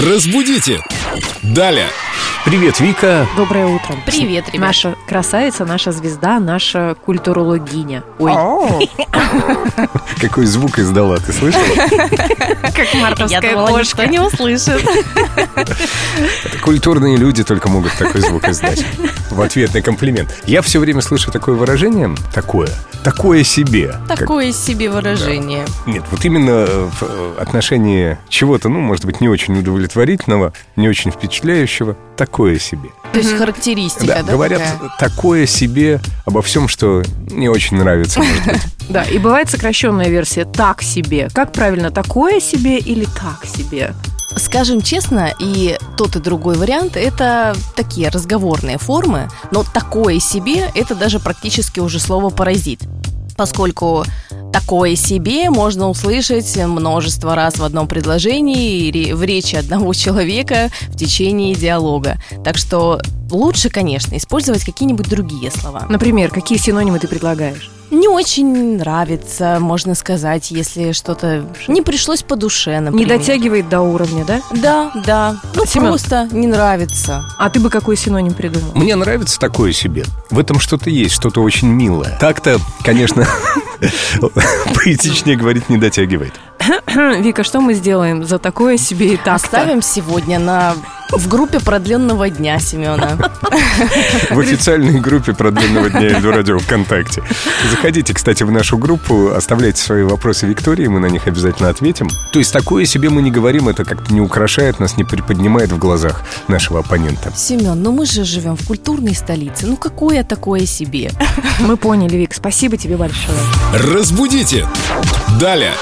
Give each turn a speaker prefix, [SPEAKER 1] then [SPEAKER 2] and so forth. [SPEAKER 1] Разбудите! Далее!
[SPEAKER 2] Привет, Вика.
[SPEAKER 3] Доброе утро.
[SPEAKER 4] Привет, ребят.
[SPEAKER 3] Наша красавица, наша звезда, наша культурологиня. Ой,
[SPEAKER 2] Какой звук издала, ты слышал?
[SPEAKER 3] как
[SPEAKER 4] Я
[SPEAKER 3] мартовская
[SPEAKER 4] думала, никто
[SPEAKER 3] кошка.
[SPEAKER 4] не услышит.
[SPEAKER 2] Культурные люди только могут такой звук издать. В ответ на комплимент. Я все время слышу такое выражение, такое, такое себе. Как-
[SPEAKER 4] Такое себе выражение.
[SPEAKER 2] нет, вот именно э, в э, отношении чего-то, ну, может быть, не очень удовлетворительного, не очень впечатляющего, такое себе.
[SPEAKER 4] То есть характеристика, да?
[SPEAKER 2] говорят
[SPEAKER 4] такая?
[SPEAKER 2] такое себе обо всем, что не очень нравится. может быть.
[SPEAKER 3] Да, и бывает сокращенная версия «так себе». Как правильно, такое себе или так себе?
[SPEAKER 4] Скажем честно, и тот, и другой вариант – это такие разговорные формы, но такое себе – это даже практически уже слово «паразит», поскольку такое себе можно услышать множество раз в одном предложении и ре- в речи одного человека в течение диалога. Так что лучше, конечно, использовать какие-нибудь другие слова.
[SPEAKER 3] Например, какие синонимы ты предлагаешь?
[SPEAKER 4] Не очень нравится, можно сказать, если что-то не пришлось по душе,
[SPEAKER 3] Не
[SPEAKER 4] например.
[SPEAKER 3] дотягивает до уровня, да?
[SPEAKER 4] Да, да. Ну,
[SPEAKER 3] Семен.
[SPEAKER 4] просто не нравится.
[SPEAKER 3] А ты бы какой синоним придумал?
[SPEAKER 2] Мне нравится такое себе. В этом что-то есть, что-то очень милое. Так-то, конечно, поэтичнее говорить не дотягивает.
[SPEAKER 3] Вика, что мы сделаем за такое себе и так
[SPEAKER 4] Оставим сегодня на в группе продленного дня Семена.
[SPEAKER 2] в официальной группе продленного дня Эльду Радио ВКонтакте. Заходите, кстати, в нашу группу, оставляйте свои вопросы Виктории, мы на них обязательно ответим. То есть такое себе мы не говорим, это как-то не украшает нас, не приподнимает в глазах нашего оппонента.
[SPEAKER 4] Семен, ну мы же живем в культурной столице. Ну какое такое себе?
[SPEAKER 3] Мы поняли, Вик, спасибо тебе большое.
[SPEAKER 1] Разбудите! Далее!